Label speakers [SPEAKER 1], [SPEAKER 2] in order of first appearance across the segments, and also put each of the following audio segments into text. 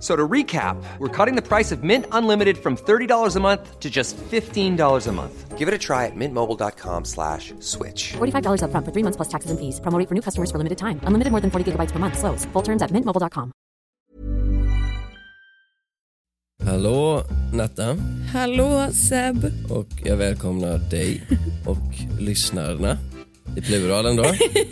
[SPEAKER 1] So to recap, we're cutting the price of Mint Unlimited from $30 a month to just $15 a month. Give it a try at mintmobile.com slash switch.
[SPEAKER 2] $45 upfront for three months plus taxes and fees. Promo rate for new customers for limited time. Unlimited more than 40 gigabytes per month. Slows. Full terms at mintmobile.com.
[SPEAKER 3] Hallå Natta
[SPEAKER 4] Hallå Seb!
[SPEAKER 3] och jag välkomnar dig och lyssnarna i pluralen då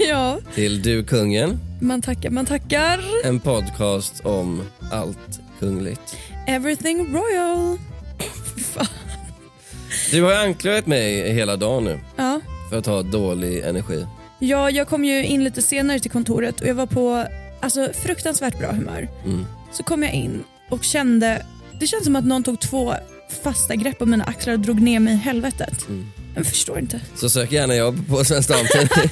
[SPEAKER 4] Ja,
[SPEAKER 3] till Du kungen,
[SPEAKER 4] man tackar, man tackar.
[SPEAKER 3] en podcast om allt kungligt.
[SPEAKER 4] Everything Royal.
[SPEAKER 3] Du har anklagat mig hela dagen nu
[SPEAKER 4] Ja.
[SPEAKER 3] för att ha dålig energi.
[SPEAKER 4] ja, jag kom ju in lite senare till kontoret och jag var på alltså, fruktansvärt bra humör.
[SPEAKER 3] Mm.
[SPEAKER 4] Så kom jag in och kände, det känns som att någon tog två fasta grepp om mina axlar och drog ner mig i helvetet.
[SPEAKER 3] Mm.
[SPEAKER 4] Jag förstår inte.
[SPEAKER 3] Så sök gärna jobb på Svensk Damtidning.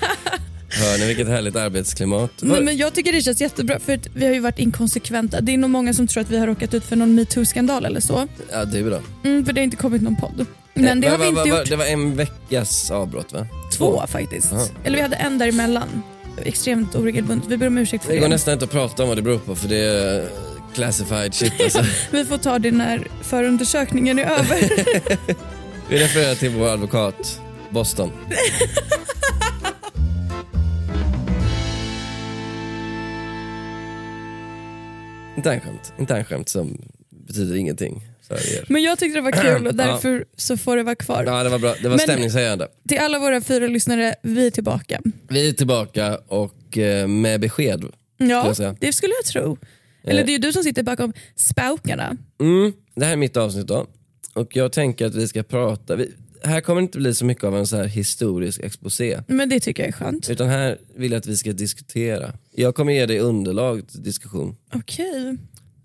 [SPEAKER 3] Hör ni vilket härligt arbetsklimat?
[SPEAKER 4] Nej, men jag tycker det känns jättebra för att vi har ju varit inkonsekventa. Det är nog många som tror att vi har råkat ut för någon metoo-skandal eller så.
[SPEAKER 3] Ja, du då? Eh,
[SPEAKER 4] Mm, för det har inte kommit någon podd. Men det har vi
[SPEAKER 3] va,
[SPEAKER 4] inte
[SPEAKER 3] va, va,
[SPEAKER 4] gjort.
[SPEAKER 3] Det var en veckas avbrott va?
[SPEAKER 4] Två faktiskt.
[SPEAKER 3] Ja.
[SPEAKER 4] Eller vi hade en däremellan. Extremt oregelbundet. Vi ber om ursäkt för
[SPEAKER 3] Det går
[SPEAKER 4] det.
[SPEAKER 3] nästan inte att prata om vad det beror på för det är eh, classified shit alltså.
[SPEAKER 4] Vi får ta det när förundersökningen är över.
[SPEAKER 3] Vi refererar till vår advokat Boston. internskämt. Internskämt som betyder ingenting. Så här är det.
[SPEAKER 4] Men jag tyckte det var kul och
[SPEAKER 3] Ja.
[SPEAKER 4] därför så får det vara kvar.
[SPEAKER 3] Ja, det var bra. Det var
[SPEAKER 4] Men-
[SPEAKER 3] stämningshöjande.
[SPEAKER 4] Till alla våra fyra lyssnare, vi är tillbaka.
[SPEAKER 3] Vi är tillbaka och eh, med besked.
[SPEAKER 4] Ja,
[SPEAKER 3] jag säga. Eh.
[SPEAKER 4] det skulle jag tro. Eller det är ju du som sitter bakom spaukarna.
[SPEAKER 3] Mm, det här är mitt avsnitt då. Och jag tänker att vi ska prata. Vi, här kommer det inte bli så mycket av en så här historisk exposé.
[SPEAKER 4] Men det tycker jag är skönt.
[SPEAKER 3] Utan här vill jag att vi ska diskutera. Jag kommer ge dig underlag till diskussion.
[SPEAKER 4] Okej.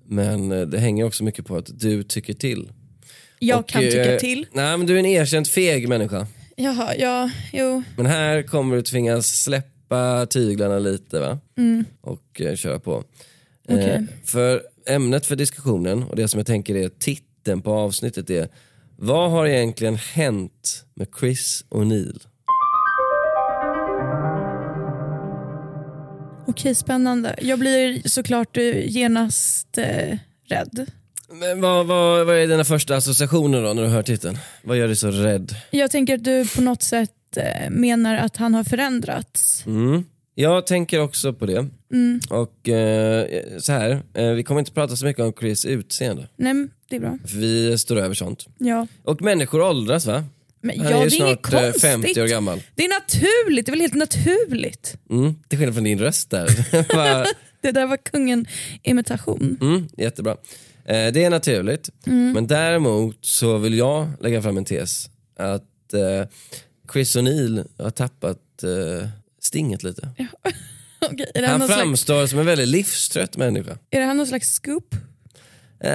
[SPEAKER 3] Men eh, det hänger också mycket på att du tycker till.
[SPEAKER 4] Jag
[SPEAKER 3] Och,
[SPEAKER 4] kan
[SPEAKER 3] eh,
[SPEAKER 4] tycka till.
[SPEAKER 3] Nej, men du är en erkänt feg människa.
[SPEAKER 4] Jaha, ja, jo.
[SPEAKER 3] Men här kommer du tvingas släppa tyglarna lite va? och eh, köra på. Eh,
[SPEAKER 4] Mm. Okej.
[SPEAKER 3] för ämnet för diskussionen och det som jag tänker är titeln på avsnittet är vad har egentligen hänt med Chris och Neil?
[SPEAKER 4] Okej, spännande. Jag blir såklart eh, genast eh, rädd.
[SPEAKER 3] Men vad, vad, vad är dina första associationer då när du hör titeln? Vad gör dig så rädd?
[SPEAKER 4] Jag tänker att du på något sätt eh, menar att han har förändrats.
[SPEAKER 3] Mm. Jag tänker också på det.
[SPEAKER 4] Mm.
[SPEAKER 3] Och eh, så här, eh, vi kommer inte prata så mycket om Chris utseende.
[SPEAKER 4] Nej, men det är bra.
[SPEAKER 3] För vi står över sånt.
[SPEAKER 4] Ja.
[SPEAKER 3] Och människor åldras va?
[SPEAKER 4] Men
[SPEAKER 3] Han
[SPEAKER 4] ja,
[SPEAKER 3] är
[SPEAKER 4] det
[SPEAKER 3] ju
[SPEAKER 4] är inget
[SPEAKER 3] snart eh,
[SPEAKER 4] konstigt.
[SPEAKER 3] 50 år gammal.
[SPEAKER 4] Det är naturligt, det är väl helt naturligt.
[SPEAKER 3] Mm, till skillnad från din röst där. Va?
[SPEAKER 4] Det där var kungen-imitation.
[SPEAKER 3] mm, jättebra. Eh, det är naturligt.
[SPEAKER 4] Mm.
[SPEAKER 3] Men däremot så vill jag lägga fram en tes. Att eh, Chris O'Neill har tappat eh, stinget lite.
[SPEAKER 4] Okej, är, det här
[SPEAKER 3] Han
[SPEAKER 4] någon slags,
[SPEAKER 3] framstår som en väldigt livstrött människa.
[SPEAKER 4] är det här någon slags scoop?
[SPEAKER 3] Eh,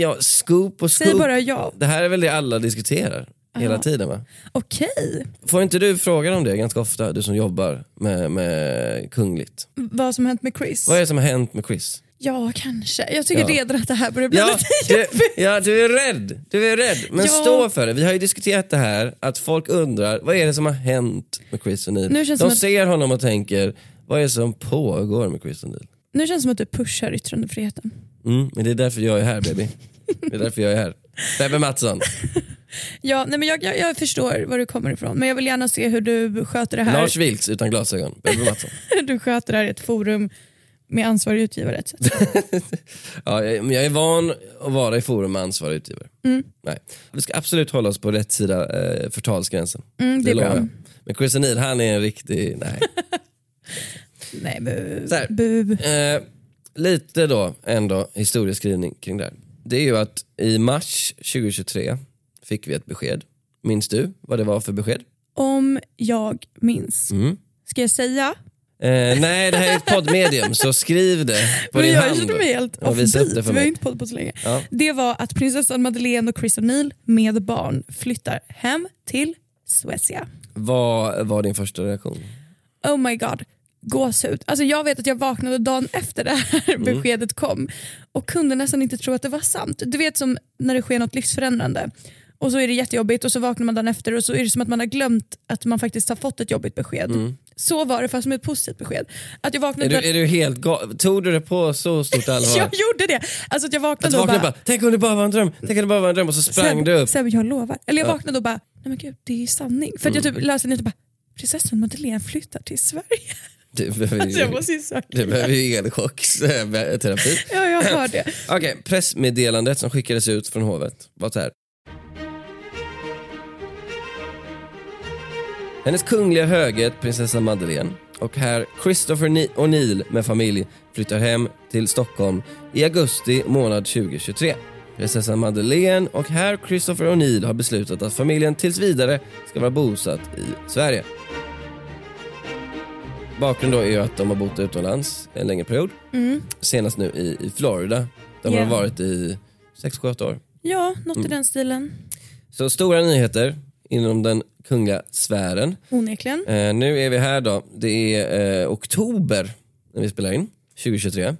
[SPEAKER 3] ja, scoop och
[SPEAKER 4] Säg
[SPEAKER 3] scoop.
[SPEAKER 4] bara ja.
[SPEAKER 3] Det här är väl det alla diskuterar hela tiden va?
[SPEAKER 4] Okej,
[SPEAKER 3] Får inte du frågan om det ganska ofta, du som jobbar med, med kungligt?
[SPEAKER 4] vad som hänt med Chris?
[SPEAKER 3] Vad är det som har hänt med Chris?
[SPEAKER 4] Ja, kanske. Jag tycker
[SPEAKER 3] Ja.
[SPEAKER 4] redan att det här börjar bli lite
[SPEAKER 3] du,
[SPEAKER 4] jobbigt.
[SPEAKER 3] ja, du är rädd. Du är rädd. Men
[SPEAKER 4] Ja.
[SPEAKER 3] stå för det. Vi har ju diskuterat det här, att folk undrar vad är det som har hänt med Chris
[SPEAKER 4] Nu
[SPEAKER 3] O'Neill?
[SPEAKER 4] känns
[SPEAKER 3] De
[SPEAKER 4] som att-
[SPEAKER 3] ser honom och tänker, vad är det som pågår med Chris O'Neill?
[SPEAKER 4] Nu känns det som att du pushar yttrandefriheten.
[SPEAKER 3] Mm, men det är därför jag är här baby. Det är därför jag är här. Bebbe Mattsson,
[SPEAKER 4] Ja, nej, men jag, jag, jag förstår var du kommer ifrån, men jag vill gärna se hur du sköter det här.
[SPEAKER 3] Lars Vilks utan glasögon. Bebbe Mattsson.
[SPEAKER 4] du sköter det här i ett forum med ansvarig utgivare etc.
[SPEAKER 3] Ja, jag, men jag är van att vara i forum med ansvarig utgivare.
[SPEAKER 4] Mm.
[SPEAKER 3] Nej. Vi ska absolut hålla oss på rätt sida eh, förtalsgränsen.
[SPEAKER 4] Mm, det är
[SPEAKER 3] lovar
[SPEAKER 4] bra.
[SPEAKER 3] jag. Men Chris O'Neill, han är en riktig... Nej.
[SPEAKER 4] Nej, bu.
[SPEAKER 3] Så här.
[SPEAKER 4] bu.
[SPEAKER 3] Eh, lite då ändå historieskrivning kring det här. Det är ju att i mars 2023 fick vi ett besked. Minns du vad det var för besked?
[SPEAKER 4] Om jag minns.
[SPEAKER 3] Mm.
[SPEAKER 4] Ska jag säga?
[SPEAKER 3] Eh, nej, det här är ett poddmedium, så skriv det på
[SPEAKER 4] Men
[SPEAKER 3] din
[SPEAKER 4] jag
[SPEAKER 3] hand.
[SPEAKER 4] känner mig helt
[SPEAKER 3] och visa upp det
[SPEAKER 4] offbeat.
[SPEAKER 3] för
[SPEAKER 4] Vi har
[SPEAKER 3] mig.
[SPEAKER 4] inte podd på så länge.
[SPEAKER 3] Ja.
[SPEAKER 4] Det var att prinsessan Madeleine och Chris O'Neill med barn flyttar hem till Suecia.
[SPEAKER 3] Vad var din första reaktion?
[SPEAKER 4] Oh my god. gåshud. Alltså jag vet att jag vaknade dagen efter det här
[SPEAKER 3] Mm.
[SPEAKER 4] beskedet kom och kunde nästan inte tro att det var sant. Du vet som när det sker något livsförändrande och så är det jättejobbigt och så vaknar man dagen efter och så är det som att man har glömt att man faktiskt har fått ett jobbigt besked. Så var det fast med ett positivt besked. Att jag vaknade
[SPEAKER 3] Mm. Är du,
[SPEAKER 4] dagen-
[SPEAKER 3] är du helt ga- Tog du det på så stort allvar?
[SPEAKER 4] Jag gjorde det! Alltså att jag
[SPEAKER 3] att
[SPEAKER 4] vaknade och
[SPEAKER 3] vakna
[SPEAKER 4] bara,
[SPEAKER 3] bara, tänk om det bara var en dröm, tänk om det bara var en dröm och så sprang
[SPEAKER 4] Seb,
[SPEAKER 3] du upp.
[SPEAKER 4] Seb, jag lovar. Eller jag vaknade och bara, nej men gud det är ju sanning. För att
[SPEAKER 3] Mm.
[SPEAKER 4] jag typ läste nytt och bara, prinsessan Madeleine flyttar till Sverige.
[SPEAKER 3] Du behöver
[SPEAKER 4] Alltså jag
[SPEAKER 3] ju,
[SPEAKER 4] måste ju söka.
[SPEAKER 3] du behöver ju elchocksterapi.
[SPEAKER 4] Ja, jag hör det.
[SPEAKER 3] Okej, pressmeddelandet som skickades ut från hovet var så här. Hennes kungliga höghet, prinsessa Madeleine och herr Christopher Ni- O'Neill med familj flyttar hem till Stockholm i augusti månad 2023. Prinsessa Madeleine och herr Christopher O'Neill har beslutat att familjen tills vidare ska vara bosatt i Sverige. Bakgrunden då är ju att de har bott utomlands en längre period. Senast nu i, i Florida. Där
[SPEAKER 4] Ja.
[SPEAKER 3] man har varit i 6-7 år.
[SPEAKER 4] Ja, något
[SPEAKER 3] Mm.
[SPEAKER 4] i den stilen.
[SPEAKER 3] Så stora nyheter inom den kungliga sfären.
[SPEAKER 4] Onekligen.
[SPEAKER 3] Eh, nu är vi här då. Det är eh, oktober när vi spelar in, 2023.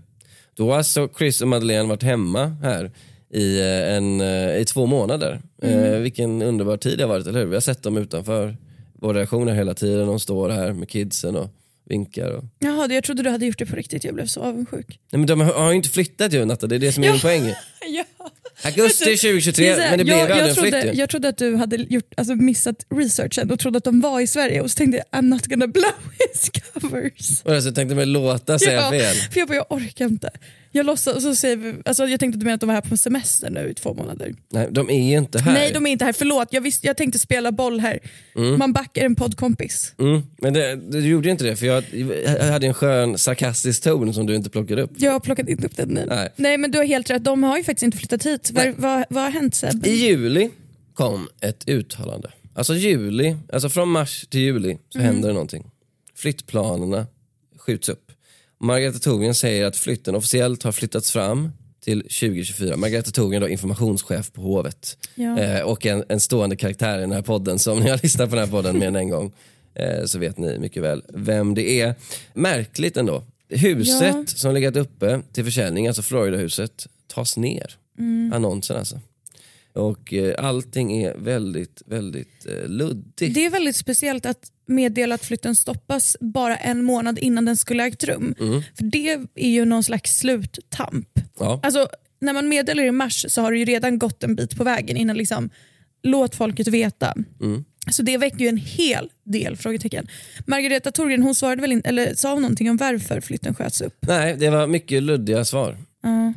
[SPEAKER 3] Då har alltså Chris och Madeleine varit hemma här i, eh, en, eh, i två månader. Eh, vilken underbar tid det har varit, eller hur? Vi har sett dem utanför vår reaktioner hela tiden. De står här med kidsen och vinkar. Och...
[SPEAKER 4] Jaha, jag trodde du hade gjort det på riktigt. Jag blev så avundsjuk.
[SPEAKER 3] Nej, men de har har ju inte flyttat ju Natta, det är det som är min poäng.
[SPEAKER 4] Ja.
[SPEAKER 3] Augusti
[SPEAKER 4] Det
[SPEAKER 3] 2023,
[SPEAKER 4] är så här,
[SPEAKER 3] men det blev
[SPEAKER 4] jag,
[SPEAKER 3] ju aldrig
[SPEAKER 4] jag,
[SPEAKER 3] en flytt
[SPEAKER 4] trodde,
[SPEAKER 3] ju.
[SPEAKER 4] jag trodde att du hade gjort, alltså, missat researchen och trodde att de var i Sverige och så tänkte jag I'm not gonna blow his covers.
[SPEAKER 3] Och så tänkte jag låta säga
[SPEAKER 4] Ja,
[SPEAKER 3] fel.
[SPEAKER 4] För jag bara, jag orkar inte. Jag låtsas, och så säger vi, alltså, jag tänkte att du menar att de var här på semester nu i två månader.
[SPEAKER 3] Nej, de är ju inte här.
[SPEAKER 4] Nej de är inte här, förlåt. Jag, visst, jag tänkte spela boll här. Man backar en poddkompis.
[SPEAKER 3] Mm, men det, du gjorde ju inte det, för jag, jag hade en skön sarkastisk ton som du inte plockade upp.
[SPEAKER 4] Jag har plockat inte upp den nu.
[SPEAKER 3] Nej.
[SPEAKER 4] men du har helt rätt. De har ju faktiskt inte flyttat hit. Vad, vad, vad har hänt Seb?
[SPEAKER 3] Typ I juli kom ett uttalande. Alltså juli, alltså från mars till juli så
[SPEAKER 4] Mm.
[SPEAKER 3] händer det någonting. Flyttplanerna skjuts upp. Margareta Thorgren säger att flytten officiellt har flyttats fram till 2024. Margareta Thorgren då informationschef på hovet
[SPEAKER 4] Ja.
[SPEAKER 3] eh, och en, en stående karaktär i den här podden. Så om ni har lyssnat på den här podden mer än en gång eh, så vet ni mycket väl vem det är. Märkligt ändå. Huset
[SPEAKER 4] Ja.
[SPEAKER 3] som legat uppe till försäljning, alltså Floridahuset, tas ner. Annonsen alltså. Och eh, allting är väldigt, väldigt eh, luddigt.
[SPEAKER 4] Det är väldigt speciellt att meddela att flytten stoppas bara en månad innan den skulle ha ägt rum. För det är ju någon slags sluttamp.
[SPEAKER 3] Ja.
[SPEAKER 4] Alltså, när man meddelar i mars så har det ju redan gått en bit på vägen innan liksom, låt folket veta. Så det väcker ju en hel del frågetecken. Margareta Thorgren hon svarade väl in, eller sa hon någonting om varför flytten sköts upp?
[SPEAKER 3] Nej, det var mycket luddiga svar.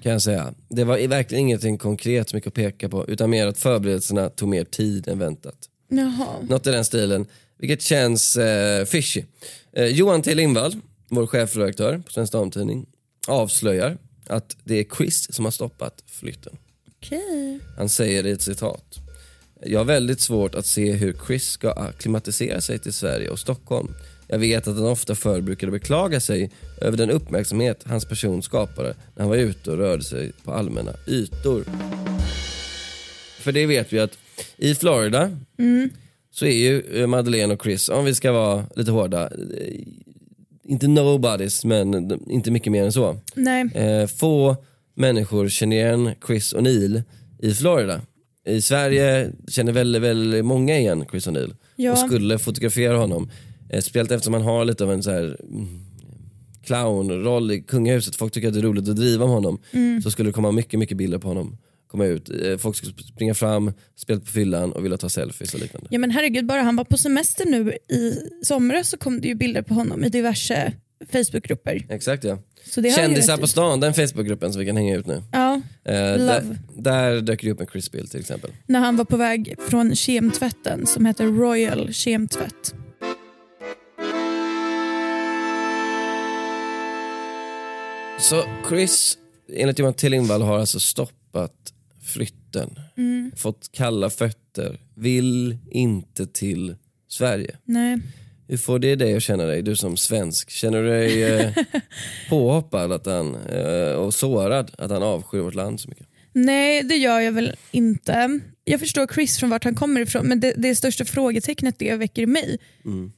[SPEAKER 3] Kan jag säga. Det var i- verkligen ingenting konkret mycket att peka på utan mer att förberedelserna tog mer tid än väntat.
[SPEAKER 4] Jaha.
[SPEAKER 3] Något i den stilen, vilket känns eh, fishy. Eh, Johan T Lindvall, vår chefredaktör på Svensk Damtidning, avslöjar att det är Chris som har stoppat flytten.
[SPEAKER 4] Okej.
[SPEAKER 3] Han säger i ett citat. Jag har väldigt svårt att se hur Chris ska akklimatisera sig till Sverige och Stockholm. Jag vet att han ofta förr brukade beklaga sig över den uppmärksamhet hans person skapade när han var ute och rörde sig på allmänna ytor. För det vet vi att i Florida så är ju eh, Madeleine och Chris, om vi ska vara lite hårda, eh, inte nobodies men de- inte mycket mer än så.
[SPEAKER 4] Nej.
[SPEAKER 3] Eh, få människor känner igen Chris O'Neill i Florida. I Sverige känner väldigt, väldigt många igen Chris O'Neill
[SPEAKER 4] Ja.
[SPEAKER 3] och skulle fotografera honom. Eh, speciellt eftersom han har lite av en så här mm, clownroll i kungahuset. Folk tycker att det är roligt att driva med honom.
[SPEAKER 4] Mm.
[SPEAKER 3] Så skulle det komma mycket, mycket bilder på honom. Komma ut. Eh, folk skulle springa fram, spela på fyllan och vilja ta selfies och liknande.
[SPEAKER 4] Ja men herregud, bara han var på semester nu i somras så kom det ju bilder på honom i diverse Facebookgrupper.
[SPEAKER 3] Exakt ja.
[SPEAKER 4] Så det har han ju
[SPEAKER 3] Kändisar
[SPEAKER 4] rätt i.
[SPEAKER 3] på stan, den Facebookgruppen som vi kan hänga ut nu.
[SPEAKER 4] Ja,
[SPEAKER 3] Eh, där,
[SPEAKER 4] Love.
[SPEAKER 3] där dök det upp en Chris-bild till exempel.
[SPEAKER 4] när han var på väg från kemtvätten som heter Royal Kemtvätt.
[SPEAKER 3] Så Chris, enligt Johan Tillingvall, har alltså stoppat flytten.
[SPEAKER 4] Mm.
[SPEAKER 3] Fått kalla fötter, vill inte till Sverige.
[SPEAKER 4] Nej.
[SPEAKER 3] Hur får det dig att känna dig, du som svensk? Känner du dig eh, påhoppad att han, eh, och sårad att han avskyr vårt land så mycket?
[SPEAKER 4] Nej, det gör jag väl inte. Jag förstår Chris från vart han kommer ifrån men det, det största frågetecknet det väcker i mig,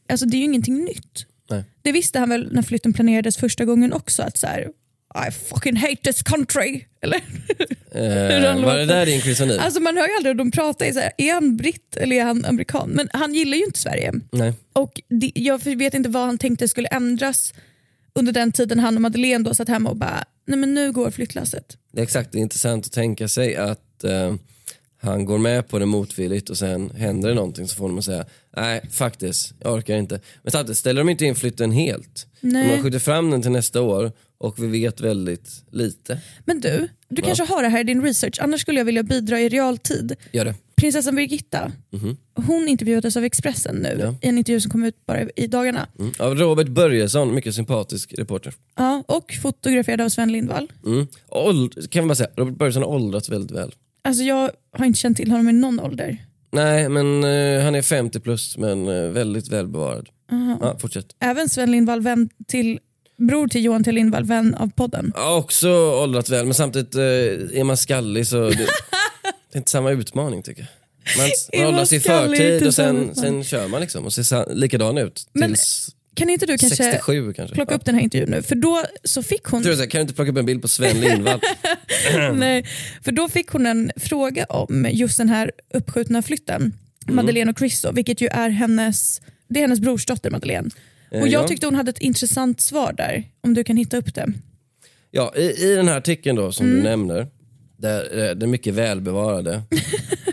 [SPEAKER 4] alltså det är ju ingenting nytt.
[SPEAKER 3] Mm. Nej.
[SPEAKER 4] Det visste han väl när flytten planerades första gången också att så här, I fucking hate this country. Eller? Hur han
[SPEAKER 3] Eh, var det
[SPEAKER 4] låter.
[SPEAKER 3] där din kryssani?
[SPEAKER 4] Alltså man hör ju aldrig hur de pratar. i Så här, är han britt eller är han amerikan? Men han gillar ju inte Sverige.
[SPEAKER 3] Nej.
[SPEAKER 4] Och det, jag vet inte vad han tänkte skulle ändras under den tiden han och Madeleine då satt hemma och bara, nej men nu går flyttlasset.
[SPEAKER 3] Det är exakt, det är intressant att tänka sig att eh, han går med på det motvilligt och sen händer det någonting så får de att säga nej faktiskt, jag orkar inte. Men samtidigt ställer de inte in flytten helt.
[SPEAKER 4] Nej.
[SPEAKER 3] Om man skjuter fram den till nästa år och vi vet väldigt lite.
[SPEAKER 4] Men du, du kanske har det här i din research, annars skulle jag vilja bidra i realtid.
[SPEAKER 3] Gör det.
[SPEAKER 4] Prinsessan Birgitta, hon intervjuades av Expressen nu
[SPEAKER 3] Mhm. Ja.
[SPEAKER 4] i en intervju som kom ut bara i- i dagarna.
[SPEAKER 3] Mm. Av Robert Börjesson, mycket sympatisk reporter.
[SPEAKER 4] Ja, och fotograferad av Sven Lindvall.
[SPEAKER 3] Mm. Åld- kan man bara säga, Robert Börjesson har åldrats väldigt väl.
[SPEAKER 4] Alltså jag har inte känt till honom i någon ålder.
[SPEAKER 3] Nej, men eh, han är 50 plus men eh, väldigt välbevarad. Ja, fortsätt.
[SPEAKER 4] Även Sven Lindvall, vän till, bror till Johan T Lindvall, vän av podden.
[SPEAKER 3] Ja, också åldrats väl, men samtidigt eh, är man skallig så det, det är inte samma utmaning tycker jag. Man,
[SPEAKER 4] Är
[SPEAKER 3] man
[SPEAKER 4] man
[SPEAKER 3] åldras i
[SPEAKER 4] skallig,
[SPEAKER 3] förtid
[SPEAKER 4] inte
[SPEAKER 3] och
[SPEAKER 4] samma
[SPEAKER 3] sen, sen
[SPEAKER 4] utmaning.
[SPEAKER 3] kör man liksom och ser sa- likadan ut
[SPEAKER 4] Men
[SPEAKER 3] tills
[SPEAKER 4] Kan inte du kanske
[SPEAKER 3] 67 kanske.
[SPEAKER 4] plocka
[SPEAKER 3] Ja.
[SPEAKER 4] upp den här intervjun nu? För då så fick hon
[SPEAKER 3] Jag tror så här, kan du inte plocka upp en bild på Sven Lindvall?
[SPEAKER 4] Nej, för då fick hon en fråga om just den här uppskjutna flytten. Madeleine och Chris då, vilket ju är hennes, det är hennes brorsdotter Madeleine. Och jag
[SPEAKER 3] ja.
[SPEAKER 4] tyckte hon hade ett intressant svar där, om du kan hitta upp det.
[SPEAKER 3] ja, i, I den här artikeln då som du nämner, där eh, den mycket välbevarade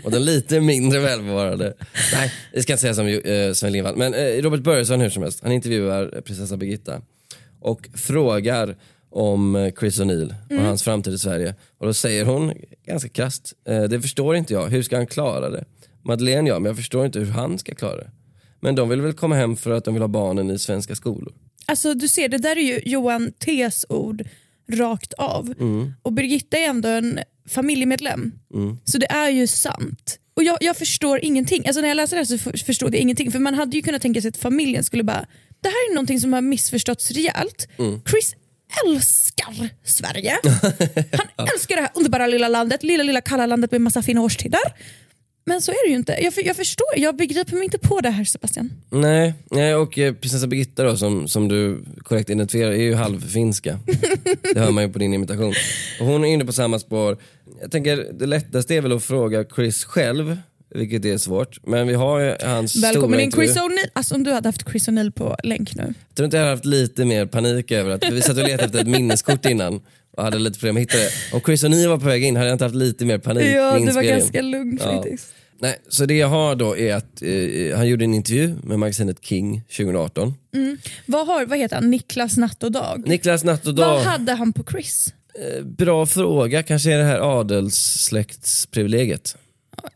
[SPEAKER 3] och den lite mindre välbevarade. Nej, jag ska inte säga som eh, Sven Lindvall. Men eh, Robert Börjesson hur som helst, han intervjuar eh, prinsessa Birgitta och frågar om eh, Chris O'Neill och hans framtid i Sverige. Och då säger hon ganska krasst, eh, det förstår inte jag, hur ska han klara det? Madeleine ja, men jag förstår inte hur han ska klara det. Men de vill väl komma hem för att de vill ha barnen i svenska skolor.
[SPEAKER 4] Alltså du ser, det där är ju Johan T's ord rakt av. Och Birgitta är ändå en familjemedlem. Så det är ju sant. Och jag, jag förstår ingenting. Alltså när jag läser det här så f- förstod jag ingenting. För man hade ju kunnat tänka sig att familjen skulle bara, det här är någonting som har missförståtts rejält. Chris älskar Sverige. Han älskar det här underbara lilla landet, lilla lilla kalla landet med massa fina årstider. Men så är det ju inte. Jag, för- jag förstår, jag begriper mig inte på det här Sebastian.
[SPEAKER 3] Nej, nej och eh, prinsessa Birgitta då, som, som du korrekt identifierar är ju halvfinska. Det hör man ju på din imitation. Och hon är inne på samma spår. Jag tänker det lättaste är väl att fråga Chris själv, vilket är svårt. Men vi har ju hans
[SPEAKER 4] Välkommen
[SPEAKER 3] stora
[SPEAKER 4] in Chris
[SPEAKER 3] intervju.
[SPEAKER 4] O'Neill. Alltså om du hade haft Chris O'Neill på länk nu.
[SPEAKER 3] Jag tror inte jag hade haft lite mer panik över att vi satt och letade efter ett minneskort innan och hade lite problem att hitta det. Om Chris och ni var på väg in hade jag inte haft lite mer panik
[SPEAKER 4] Ja,
[SPEAKER 3] med
[SPEAKER 4] du var
[SPEAKER 3] inspelningen.
[SPEAKER 4] ganska lugn faktiskt.
[SPEAKER 3] Nej, så det jag har då är att eh, han gjorde en intervju med magasinet King 2018.
[SPEAKER 4] Vad, har, vad heter han? Niklas Natt och Dag?
[SPEAKER 3] Niklas Natt och Dag.
[SPEAKER 4] Vad hade han på Chris?
[SPEAKER 3] Bra fråga. Kanske är det här adelssläktsprivilegiet.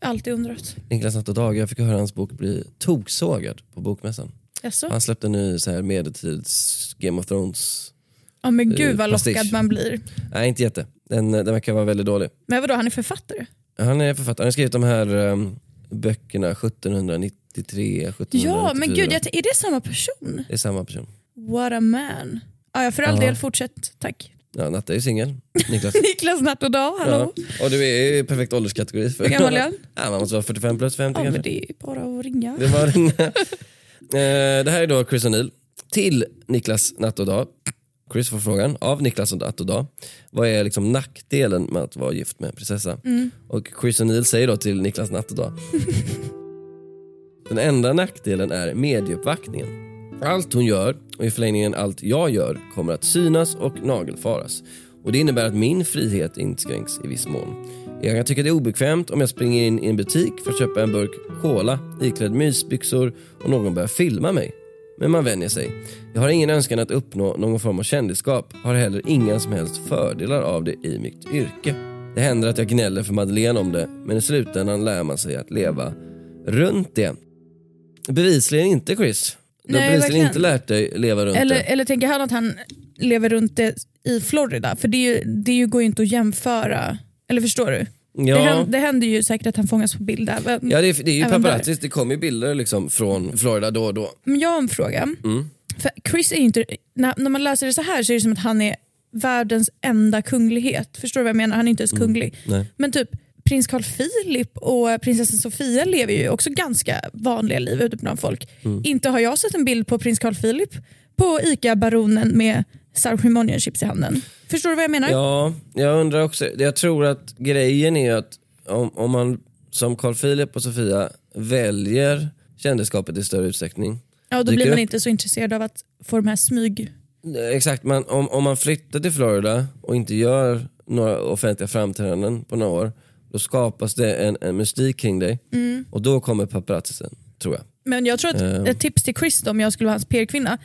[SPEAKER 4] Alltid undrat.
[SPEAKER 3] Niklas Natt och Dag, jag fick höra hans bok bli toksågad på bokmässan.
[SPEAKER 4] Jaså?
[SPEAKER 3] Han släppte en ny så här medeltids Game of Thrones.
[SPEAKER 4] Ja men gud vad
[SPEAKER 3] pastisch.
[SPEAKER 4] lockad man blir.
[SPEAKER 3] Nej, inte jätte. Den, den verkar vara väldigt dålig.
[SPEAKER 4] Men vadå, han är författare?
[SPEAKER 3] Han är författare. Han har skrivit de här ehm, böckerna 1793, 1794.
[SPEAKER 4] Ja men gud, jag, t- är det samma person?
[SPEAKER 3] Det är samma person.
[SPEAKER 4] What a man. Ah, ja, för all del, fortsätt. Tack.
[SPEAKER 3] Ja, Natta är ju singel. Niklas.
[SPEAKER 4] Niklas Natt och Dag,
[SPEAKER 3] ja.
[SPEAKER 4] hallå?
[SPEAKER 3] Och du är ju i perfekt ålderskategori. För.
[SPEAKER 4] Hur gammal är han?
[SPEAKER 3] Ja, man måste vara 45 plus 50
[SPEAKER 4] Ja,
[SPEAKER 3] kanske.
[SPEAKER 4] men det är bara att ringa.
[SPEAKER 3] Det, var en, Eh, det här är då Chris O'Neill till Niklas Natt och Dag. Chris får frågan av Niklas Natt och Dag. Vad är liksom nackdelen med att vara gift med en prinsessa? Och Chris O'Neill säger då till Niklas Natt och Dag. Den enda nackdelen är medieuppvaktningen. Allt hon gör och i förlängningen allt jag gör kommer att synas och nagelfaras. Och det innebär att min frihet inskränks i viss mån. Jag kan tycka det är obekvämt om jag springer in i en butik för att köpa en burk cola iklädd mysbyxor och någon börjar filma mig. Men man vänjer sig. Jag har ingen önskan att uppnå någon form av kändisskap, har heller inga som helst fördelar av det i mitt yrke. Det händer att jag gnäller för Madeleine om det, men i slutändan lär man sig att leva runt det. Bevisligen inte Chris. Du har
[SPEAKER 4] Nej,
[SPEAKER 3] bevisligen
[SPEAKER 4] verkligen.
[SPEAKER 3] inte lärt dig leva runt
[SPEAKER 4] Eller,
[SPEAKER 3] det.
[SPEAKER 4] eller tänker han att han lever runt det i Florida? För det, är ju, det är ju går ju inte att jämföra. Eller förstår du?
[SPEAKER 3] Ja.
[SPEAKER 4] Det, händer, eh, det händer ju säkert att han fångas på bild även.
[SPEAKER 3] Ja det är, det är ju
[SPEAKER 4] Även där.
[SPEAKER 3] paparazzi, det kommer ju bilder liksom från Florida då och då.
[SPEAKER 4] Men jag har en fråga.
[SPEAKER 3] Mm.
[SPEAKER 4] För Chris är ju inte, när, när man läser det så här så är det som att han är världens enda kunglighet. Förstår du vad jag menar? Han är inte ens kunglig.
[SPEAKER 3] Mm. Nej.
[SPEAKER 4] Men typ prins Carl Philip och prinsessan Sofia
[SPEAKER 3] Mm.
[SPEAKER 4] lever ju också ganska vanliga liv ute bland folk. Inte har jag sett en bild på prins Carl Philip på ICA-baronen med sour cream onion chips i handen. Förstår du vad jag menar?
[SPEAKER 3] Ja, jag undrar också. Jag tror att grejen är att om, om man som Carl Philip och Sofia väljer kändisskapet i större utsträckning.
[SPEAKER 4] Ja, då
[SPEAKER 3] Dyker
[SPEAKER 4] blir man
[SPEAKER 3] upp.
[SPEAKER 4] inte så intresserad av att få de här smyg...
[SPEAKER 3] Eh, Exakt, man, om, om man flyttar till Florida och inte gör några offentliga framträdanden på några år, då skapas det en, en mystik kring dig och då kommer paparazzisen, tror jag.
[SPEAKER 4] Men jag tror att
[SPEAKER 3] Ehm.
[SPEAKER 4] ett tips till Chris då, om jag skulle vara hans PR-kvinna.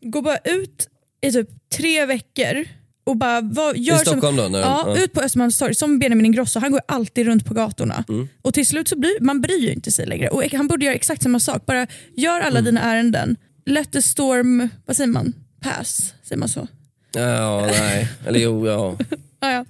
[SPEAKER 4] Gå bara ut i typ tre veckor och bara vad, gör
[SPEAKER 3] Stockholm
[SPEAKER 4] som,
[SPEAKER 3] då, när-
[SPEAKER 4] ja,
[SPEAKER 3] ja.
[SPEAKER 4] ut på Östermalmstorg som Benjamin Ingrosso. Han går alltid runt på gatorna.
[SPEAKER 3] Mm.
[SPEAKER 4] Och till slut så blir man bryr ju inte sig längre. Och han borde göra exakt samma sak. Bara gör
[SPEAKER 3] Mm.
[SPEAKER 4] alla dina ärenden. Let the storm, vad säger man? Pass, säger man så?
[SPEAKER 3] Ja, nej. Eller jo, ja.
[SPEAKER 4] Ja, ja.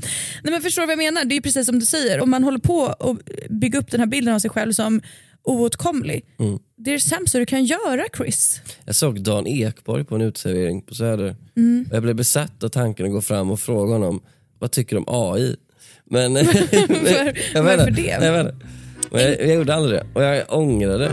[SPEAKER 4] Nej, men förstår du vad jag menar? Det är ju precis som du säger, om man håller på och bygga upp den här bilden av sig själv som oåtkomlig.
[SPEAKER 3] Mm.
[SPEAKER 4] Det är det sämsta du kan göra Chris.
[SPEAKER 3] Jag såg Dan Ekborg på en uteservering på Söder.
[SPEAKER 4] Mm.
[SPEAKER 3] Och jag blev besatt av tanken att gå fram och fråga honom, vad tycker du om AI? Men, jag vet
[SPEAKER 4] varför
[SPEAKER 3] inte.
[SPEAKER 4] det?
[SPEAKER 3] Nej, Jag, vet inte. Men jag, jag gjorde aldrig det och jag ångrar det.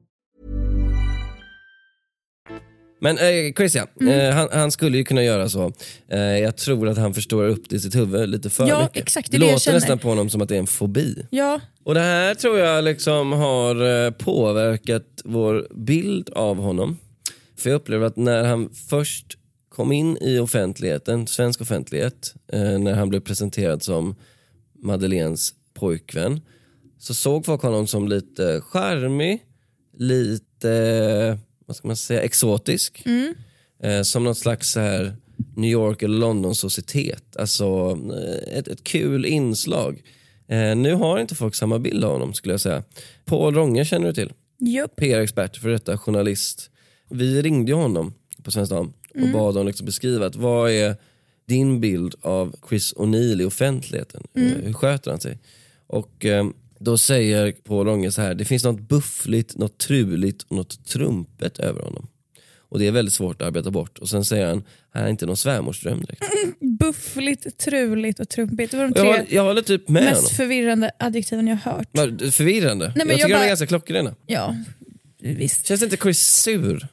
[SPEAKER 3] Men eh, Chris ja,
[SPEAKER 4] Mm.
[SPEAKER 3] eh, han, han skulle ju kunna göra så. Eh, jag tror att han förstår upp det i sitt huvud lite för
[SPEAKER 4] Ja,
[SPEAKER 3] mycket.
[SPEAKER 4] exakt,
[SPEAKER 3] det
[SPEAKER 4] det är det jag
[SPEAKER 3] låter
[SPEAKER 4] känner.
[SPEAKER 3] nästan på honom som att det är en fobi.
[SPEAKER 4] Ja,
[SPEAKER 3] Och det här tror jag liksom har eh, påverkat vår bild av honom. För jag upplever att när han först kom in i offentligheten, svensk offentlighet, eh, när han blev presenterad som Madeleines pojkvän, så såg folk honom som lite charmig, lite, eh, vad ska man säga, exotisk. Eh, som något slags så här New York eller London-societet. Alltså eh, ett, ett kul inslag. Eh, nu har inte folk samma bild av honom skulle jag säga. Paul Ronge känner du till.
[SPEAKER 4] Japp.
[SPEAKER 3] PR-expert, för detta journalist. Vi ringde ju honom på Svenskt Dam och
[SPEAKER 4] Mm.
[SPEAKER 3] bad honom liksom beskriva att vad är din bild av Chris O'Neill i offentligheten. Eh,
[SPEAKER 4] Mm.
[SPEAKER 3] Hur sköter han sig? Och eh, då säger Paul Ronge så här, det finns något buffligt, något truligt och något trumpet över honom. Och det är väldigt svårt att arbeta bort. Och sen säger han, han är inte någon svärmorsdröm direkt.
[SPEAKER 4] buffligt, truligt och trumpigt. Det var de
[SPEAKER 3] Jag,
[SPEAKER 4] tre
[SPEAKER 3] håller- jag håller typ med
[SPEAKER 4] mest
[SPEAKER 3] honom.
[SPEAKER 4] förvirrande adjektiven jag har hört.
[SPEAKER 3] Vad- Förvirrande.
[SPEAKER 4] men
[SPEAKER 3] jag
[SPEAKER 4] jag
[SPEAKER 3] tycker de
[SPEAKER 4] bara-
[SPEAKER 3] är ganska klockrena.
[SPEAKER 4] Ja, visst.
[SPEAKER 3] Känns inte Chris sur?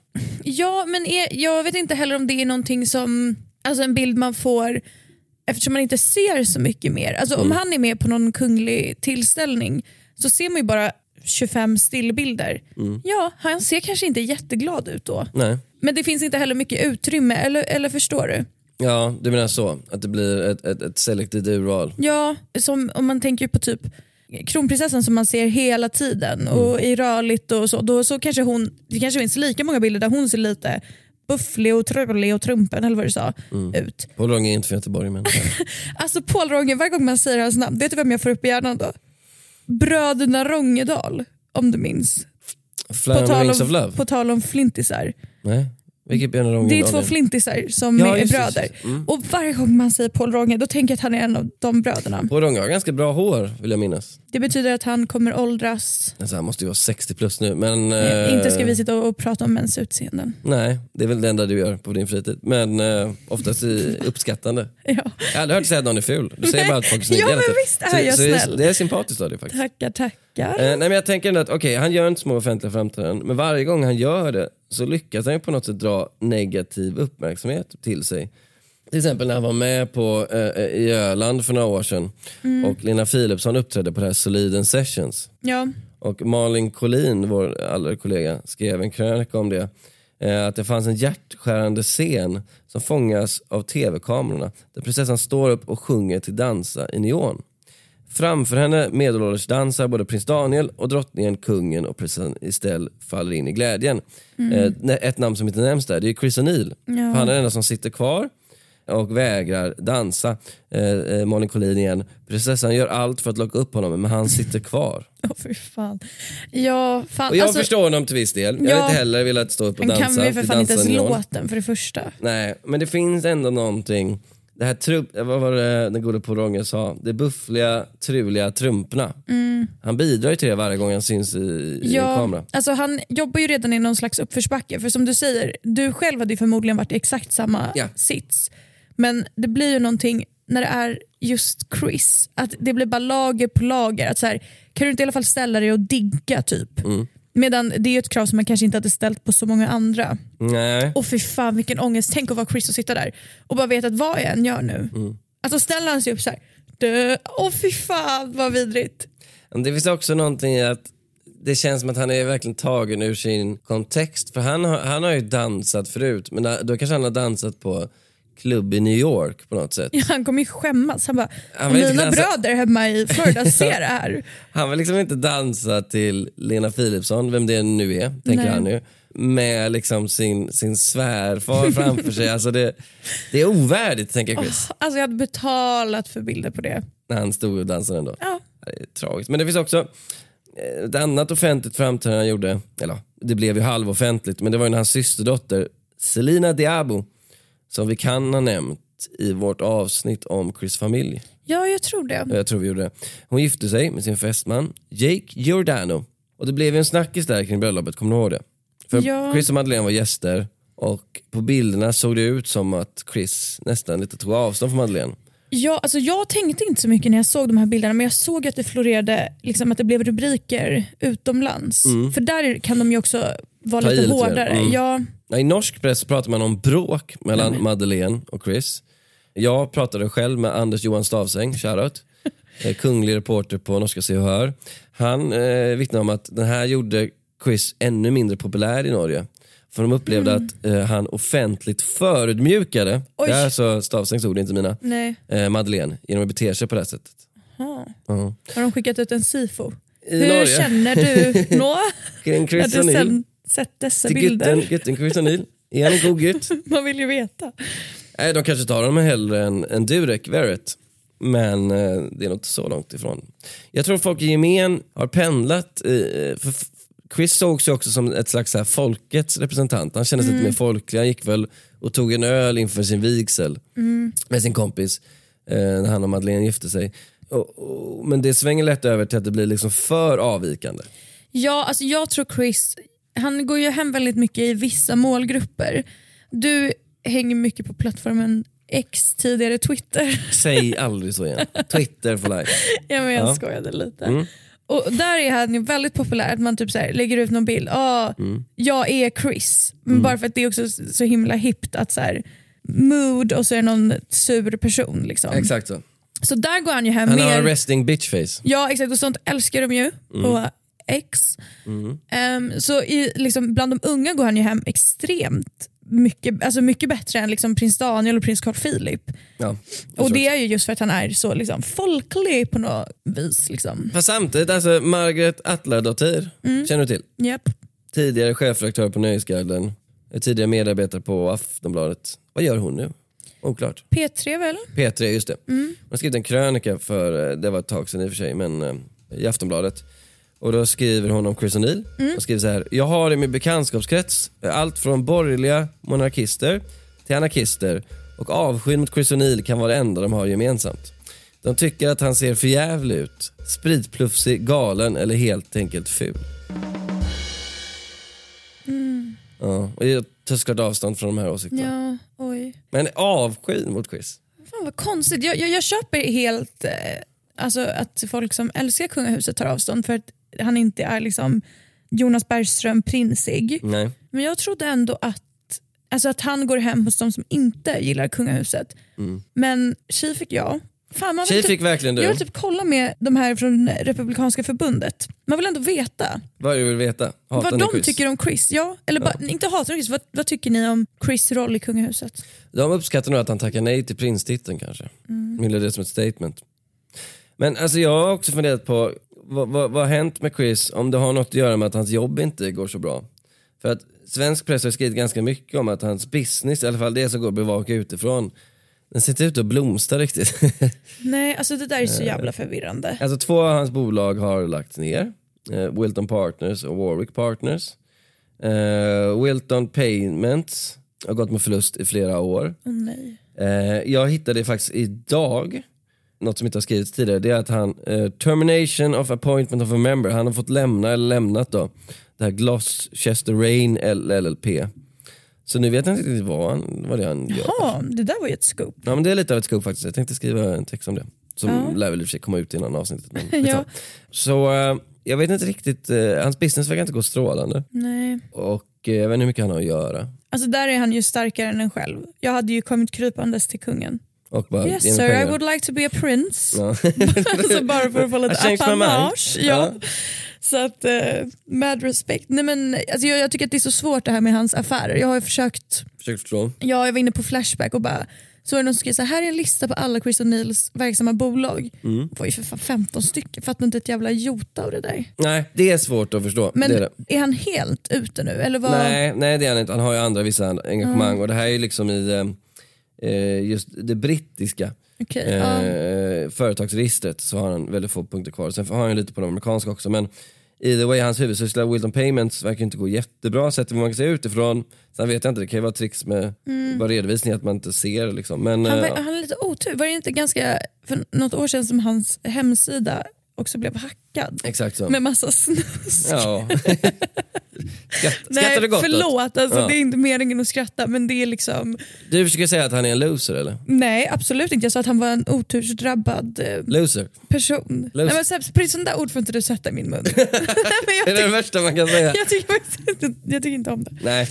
[SPEAKER 4] Ja, men är, jag vet inte heller om det är någonting som, alltså en bild man får eftersom man inte ser så mycket mer. Alltså
[SPEAKER 3] Mm.
[SPEAKER 4] om han är med på någon kunglig tillställning så ser man ju bara 25 stillbilder. Ja, han ser kanske inte jätteglad ut då.
[SPEAKER 3] Mm. Nej.
[SPEAKER 4] Men det finns inte heller mycket utrymme, eller, eller förstår du?
[SPEAKER 3] Ja, du menar så. Att det blir ett, ett, ett selektivt urval.
[SPEAKER 4] Ja, som om man tänker på typ kronprinsessan som man ser hela tiden
[SPEAKER 3] Mm.
[SPEAKER 4] och i rörligt och så, då så kanske hon, det kanske finns lika många bilder där hon ser lite bufflig och trulig och trumpen eller vad du sa
[SPEAKER 3] Mm.
[SPEAKER 4] ut.
[SPEAKER 3] Paul Ronge är inte från Göteborg men...
[SPEAKER 4] Alltså Paul Ronge, varje gång man säger hans namn, vet du vem jag får upp i hjärnan då? Bröderna Rongedal, om du minns.
[SPEAKER 3] Fly on the wings of love?
[SPEAKER 4] på tal om flintisar.
[SPEAKER 3] Nej. Vilket Björn Ronge
[SPEAKER 4] Det är
[SPEAKER 3] av
[SPEAKER 4] två
[SPEAKER 3] dem?
[SPEAKER 4] flintisar som
[SPEAKER 3] Ja,
[SPEAKER 4] är
[SPEAKER 3] just det,
[SPEAKER 4] bröder.
[SPEAKER 3] just det. Mm.
[SPEAKER 4] Och varje gång man säger Paul Ronge, då tänker jag att han är en av de bröderna.
[SPEAKER 3] Paul Ronge har ganska bra hår vill jag minnas.
[SPEAKER 4] Det betyder att han kommer åldras.
[SPEAKER 3] Alltså, han måste ju vara 60 plus nu men...
[SPEAKER 4] Eh,
[SPEAKER 3] eh,
[SPEAKER 4] Inte ska vi sitta och prata om mäns utseenden.
[SPEAKER 3] Nej, det är väl det enda du gör på din fritid. Men eh, oftast i uppskattande.
[SPEAKER 4] Ja.
[SPEAKER 3] Jag har aldrig hört dig säga att någon är ful. Du säger bara att folk är snygga
[SPEAKER 4] Ja, men
[SPEAKER 3] hela tiden.
[SPEAKER 4] visst är jag
[SPEAKER 3] så, det
[SPEAKER 4] snäll.
[SPEAKER 3] Det är sympatiskt av dig faktiskt.
[SPEAKER 4] Tackar, tackar.
[SPEAKER 3] Eh, nej, men jag tänker ändå att okej, han gör inte små offentliga framträdanden, men varje gång han gör det så lyckas han ju på något sätt dra negativ uppmärksamhet till sig. Till exempel när han var med på eh, i Öland för några år sedan och Lena Philipsson uppträdde på det här Soliden Sessions.
[SPEAKER 4] Ja.
[SPEAKER 3] Och Malin Collin, vår äldre kollega, skrev en krönika om det. Eh, att det fanns en hjärtskärande scen som fångas av tv-kamerorna där prinsessan står upp och sjunger till Dansa i neon. Framför henne medelålders dansar både prins Daniel och drottningen, kungen och prinsessan Estelle faller in i glädjen. Eh, nä- ett namn som inte nämns där, det är Chris O'Neill. För han är den enda som sitter kvar och vägrar dansa. Eh, eh, Malin Collin igen, prinsessan gör allt för att locka upp honom men han sitter kvar.
[SPEAKER 4] Åh, fy fan. Ja, fan.
[SPEAKER 3] Och jag
[SPEAKER 4] alltså,
[SPEAKER 3] förstår honom till viss del. Jag
[SPEAKER 4] Ja.
[SPEAKER 3] hade inte heller velat stå upp och
[SPEAKER 4] Han
[SPEAKER 3] dansa.
[SPEAKER 4] kan väl för
[SPEAKER 3] till
[SPEAKER 4] fan inte ens
[SPEAKER 3] Dansa Neon.
[SPEAKER 4] låten för det första.
[SPEAKER 3] Nej, men det finns ändå någonting. Det här trupp, vad var det den gode Porongen sa? Det buffliga, truliga trumporna.
[SPEAKER 4] Mm.
[SPEAKER 3] Han bidrar ju till det varje gång han syns i, i en kamera.
[SPEAKER 4] alltså han jobbar ju redan i någon slags uppförsbacke. För som du säger, du själv hade ju förmodligen varit i exakt samma
[SPEAKER 3] Ja.
[SPEAKER 4] sits. Men det blir ju någonting när det är just Chris, att det blir bara lager på lager. Att så här, kan du inte i alla fall ställa dig och digga typ? Medan det är ju ett krav som man kanske inte hade ställt på så många andra.
[SPEAKER 3] Nej.
[SPEAKER 4] Och fy fan vilken ångest, tänk att vara Chris och sitta där och bara veta att vad jag än gör nu,
[SPEAKER 3] Mm.
[SPEAKER 4] alltså ställer han sig upp så här. Dö. Åh fy fan vad vidrigt.
[SPEAKER 3] Men Det finns också någonting i att det känns som att han är verkligen tagen ur sin kontext. För han har, han har ju dansat förut, men då kanske han har dansat på klubb i New York på något sätt.
[SPEAKER 4] Ja, han kommer ju skämmas. Han bara,
[SPEAKER 3] Han
[SPEAKER 4] "Om
[SPEAKER 3] vill inte
[SPEAKER 4] mina
[SPEAKER 3] dansa."
[SPEAKER 4] bröder hemma i Florida ser det här.
[SPEAKER 3] Han vill liksom inte dansa till Lena Philipsson, vem det nu är, tänker
[SPEAKER 4] Nej.
[SPEAKER 3] han nu, med liksom sin, sin svärfar framför sig. Alltså det, det är ovärdigt, tänker Chris,
[SPEAKER 4] Alltså jag hade betalat för bilder på det.
[SPEAKER 3] när han stod och dansade ändå.
[SPEAKER 4] Ja.
[SPEAKER 3] Det är tragiskt. Men det finns också eh, ett annat offentligt framträdande han gjorde, eller ja, det blev ju halvoffentligt, men det var ju när hans systerdotter Selina Diabo, som vi kan ha nämnt i vårt avsnitt om Chris familj,
[SPEAKER 4] Ja, jag tror det.
[SPEAKER 3] Ja, Jag tror vi gjorde det. Hon gifte sig med sin fästman Jake Giordano. Och det blev ju en snackis där kring bröllopet, kommer du ihåg det? För
[SPEAKER 4] Ja.
[SPEAKER 3] Chris och Madeleine var gäster och på bilderna såg det ut som att Chris nästan lite tog avstånd från Madeleine.
[SPEAKER 4] Ja, alltså jag tänkte inte så mycket när jag såg de här bilderna men jag såg att det florerade, liksom, att det blev rubriker utomlands. För där kan de ju också
[SPEAKER 3] Mm.
[SPEAKER 4] vara
[SPEAKER 3] Ta i
[SPEAKER 4] lite,
[SPEAKER 3] lite mer.
[SPEAKER 4] hårdare.
[SPEAKER 3] Mm.
[SPEAKER 4] Ja,
[SPEAKER 3] Ja, I norsk press pratar man om bråk mellan Madeleine och Chris. Jag pratade själv med Anders Johan Stavsäng, shoutout, eh, kunglig reporter på norska Se och Hör. Han eh, vittnade om att den här gjorde Chris ännu mindre populär i Norge. För de upplevde att eh, han offentligt förödmjukade,
[SPEAKER 4] Mm. Oj.
[SPEAKER 3] det här är så Stavsängs ord, inte mina,
[SPEAKER 4] nej.
[SPEAKER 3] eh, Madeleine genom att bete sig på det här sättet.
[SPEAKER 4] Har de skickat ut en sifo?
[SPEAKER 3] I
[SPEAKER 4] Hur
[SPEAKER 3] Norge.
[SPEAKER 4] känner du nå?
[SPEAKER 3] Kring
[SPEAKER 4] När
[SPEAKER 3] Chris
[SPEAKER 4] du
[SPEAKER 3] O'Neill,
[SPEAKER 4] sen sett dessa
[SPEAKER 3] till gutten,
[SPEAKER 4] bilder?
[SPEAKER 3] gutten Chris O'Neill. Är han en god gutt?
[SPEAKER 4] Man vill ju veta.
[SPEAKER 3] Nej, de kanske tar dem hellre än, än Durek Verrett. Men eh, det är nog inte så långt ifrån. Jag tror folk i gemen har pendlat. Eh, för f- Chris sågs ju också som ett slags så här, folkets representant. Han kändes
[SPEAKER 4] Mm.
[SPEAKER 3] lite mer folklig. Han gick väl och tog en öl inför sin vigsel
[SPEAKER 4] Mm.
[SPEAKER 3] med sin kompis eh, när han och Madeleine gifte sig. Och, och, men det svänger lätt över till att det blir liksom för avvikande.
[SPEAKER 4] Ja, alltså jag tror Chris, han går ju hem väldigt mycket i vissa målgrupper. Du hänger mycket på plattformen X, tidigare Twitter.
[SPEAKER 3] Säg aldrig så igen. Twitter for life.
[SPEAKER 4] ja, men jag
[SPEAKER 3] Ja. Mm.
[SPEAKER 4] skojade lite. Och Där är han ju väldigt populär, att man typ så här, lägger ut någon bild. Ah,
[SPEAKER 3] Mm.
[SPEAKER 4] Jag är Chris. Men Bara för att det är också så himla hippt att så här, mood och så är det någon sur person. Liksom.
[SPEAKER 3] Exakt så.
[SPEAKER 4] Så där går han ju hem
[SPEAKER 3] Han har Mm.
[SPEAKER 4] mer.
[SPEAKER 3] en resting bitch face.
[SPEAKER 4] Ja exakt och sånt älskar de ju på X.
[SPEAKER 3] Mm.
[SPEAKER 4] Ehm, så i, liksom, bland de unga går han ju hem extremt mycket, alltså mycket bättre än liksom prins Daniel och prins Carl Philip.
[SPEAKER 3] Ja, jag
[SPEAKER 4] Och
[SPEAKER 3] tror
[SPEAKER 4] det är ju just för att han är så liksom, folklig på något vis. Liksom.
[SPEAKER 3] Fast samtidigt, alltså Margaret Atladottir, känner du till?
[SPEAKER 4] Japp.
[SPEAKER 3] Tidigare chefredaktör på Nöjesguiden, eh, tidigare medarbetare på Aftonbladet. Vad gör hon nu? Oklart.
[SPEAKER 4] P3 väl?
[SPEAKER 3] P3, just det. Hon har skrivit en krönika för, eh, det var ett tag sedan i och för sig, men eh, i Aftonbladet. Och då skriver hon om Chris O'Neill. Hon skriver så här. Jag har i min bekantskapskrets eh, allt från borgerliga monarkister till anarkister och avskyn mot Chris O'Neill kan vara det enda de har gemensamt. De tycker att han ser förjävlig ut, spritplufsig, galen eller helt enkelt ful. Ja, och jag tar såklart avstånd från de här åsikterna.
[SPEAKER 4] Ja, oj.
[SPEAKER 3] Men avskyn mot Chris.
[SPEAKER 4] Fan vad konstigt. Jag, jag, jag köper helt eh, alltså, att folk som älskar kungahuset tar avstånd för att han inte är liksom Jonas Bergström prinsig.
[SPEAKER 3] Nej.
[SPEAKER 4] Men jag trodde ändå att Alltså att han går hem hos de som inte gillar kungahuset. Men tji fick jag. Fan, man vill
[SPEAKER 3] Tji Mm. fick verkligen du.
[SPEAKER 4] Jag vill typ kolla med de här från Republikanska förbundet. Man vill ändå veta
[SPEAKER 3] Vad är det du vill veta? Hatar
[SPEAKER 4] vad
[SPEAKER 3] ni
[SPEAKER 4] de
[SPEAKER 3] quiz?
[SPEAKER 4] tycker om Chris. Ja, eller bara, inte hatar Chris, vad, vad tycker ni om Chris roll i kungahuset?
[SPEAKER 3] De uppskattar nog att han tackar nej till prinstiteln kanske. Mm. Gillar det som ett statement. Men alltså jag har också funderat på vad, vad, vad har hänt med Chris om det har något att göra med att hans jobb inte går så bra? För att svensk press har skrivit ganska mycket om att hans business, i alla fall det som går att bevaka utifrån, den ser inte ut att blomstra riktigt.
[SPEAKER 4] Nej, alltså det där är så jävla förvirrande.
[SPEAKER 3] alltså två av hans bolag har lagts ner. Eh, Wilton Partners och Warwick Partners. Eh, Wilton Payments har gått med förlust i flera år.
[SPEAKER 4] Åh nej.
[SPEAKER 3] Eh, jag hittade faktiskt idag, något som inte har skrivits tidigare, det är att han, eh, termination of appointment of a member, han har fått lämna, eller lämnat då, det här Gloucester Rain LLP. Så nu vet jag inte riktigt vad, han, vad det är han gör.
[SPEAKER 4] Ja, det där var ju ett scoop.
[SPEAKER 3] Ja, men det är lite av ett scoop faktiskt, jag tänkte skriva en text om det. Som lär väl i och för sig komma ut innan avsnittet. Men skitsamma. Så eh, jag vet inte riktigt, eh, hans business verkar inte gå strålande.
[SPEAKER 4] Nej.
[SPEAKER 3] Och eh, jag vet inte hur mycket han har att göra.
[SPEAKER 4] Alltså där är han ju starkare än en själv. Jag hade ju kommit krypandes till kungen.
[SPEAKER 3] Och bara,
[SPEAKER 4] yes
[SPEAKER 3] ge mig
[SPEAKER 4] sir, I
[SPEAKER 3] pengar.
[SPEAKER 4] would like to be a prince.
[SPEAKER 3] Ja.
[SPEAKER 4] alltså bara för att få
[SPEAKER 3] I
[SPEAKER 4] lite
[SPEAKER 3] changed my mind.
[SPEAKER 4] apanage. Ja.
[SPEAKER 3] Ja.
[SPEAKER 4] Så att, eh, med respekt. Nej, men, alltså, jag, jag tycker att det är så svårt det här med hans affärer. Jag har ju försökt,
[SPEAKER 3] Försöker förstå.
[SPEAKER 4] ja, jag var inne på Flashback och bara så är det någon som skrev så här, här är en lista på alla Chris O'Neills verksamma bolag.
[SPEAKER 3] Mm.
[SPEAKER 4] Det var ju för fan 15 stycken, fattar inte ett jävla jota av det där.
[SPEAKER 3] Nej, det är svårt att förstå.
[SPEAKER 4] Men
[SPEAKER 3] det är
[SPEAKER 4] är,
[SPEAKER 3] det.
[SPEAKER 4] han helt ute nu? Eller vad? Mm.
[SPEAKER 3] Nej, nej det är han inte. Han har ju andra vissa engagemang och det här är ju liksom i eh, eh, just det brittiska
[SPEAKER 4] Okej,
[SPEAKER 3] eh,
[SPEAKER 4] ja.
[SPEAKER 3] företagsregistret så har han väldigt få punkter kvar. Sen har han ju lite på de amerikanska också men either way, hans huvudsyssla Wilton Payments verkar ju inte gå jättebra sett till vad man kan se utifrån. Sen vet jag inte, det kan ju vara tricks med bara redovisning att man inte ser liksom. Men,
[SPEAKER 4] Mm. han,
[SPEAKER 3] eh,
[SPEAKER 4] ver- han är lite otur. Var det inte ganska för något år sedan som hans hemsida också blev hackad?
[SPEAKER 3] Exakt så.
[SPEAKER 4] Med massa snusk.
[SPEAKER 3] ja. Skratt, skrattar
[SPEAKER 4] Nej,
[SPEAKER 3] du gott åt?
[SPEAKER 4] förlåt. Alltså,
[SPEAKER 3] Ja.
[SPEAKER 4] Det är inte meningen att skratta, men det är liksom...
[SPEAKER 3] Du försöker säga att han är en loser eller?
[SPEAKER 4] Nej, absolut inte. Jag sa att han var en otursdrabbad eh,
[SPEAKER 3] Loser?
[SPEAKER 4] person. Nej, men, Sebs, precis sådana där ord får inte du sätta i min mun. Nej, men jag,
[SPEAKER 3] Det är det
[SPEAKER 4] tycker,
[SPEAKER 3] värsta man kan säga.
[SPEAKER 4] jag, tycker, faktiskt inte- jag tycker inte om det.
[SPEAKER 3] Nej,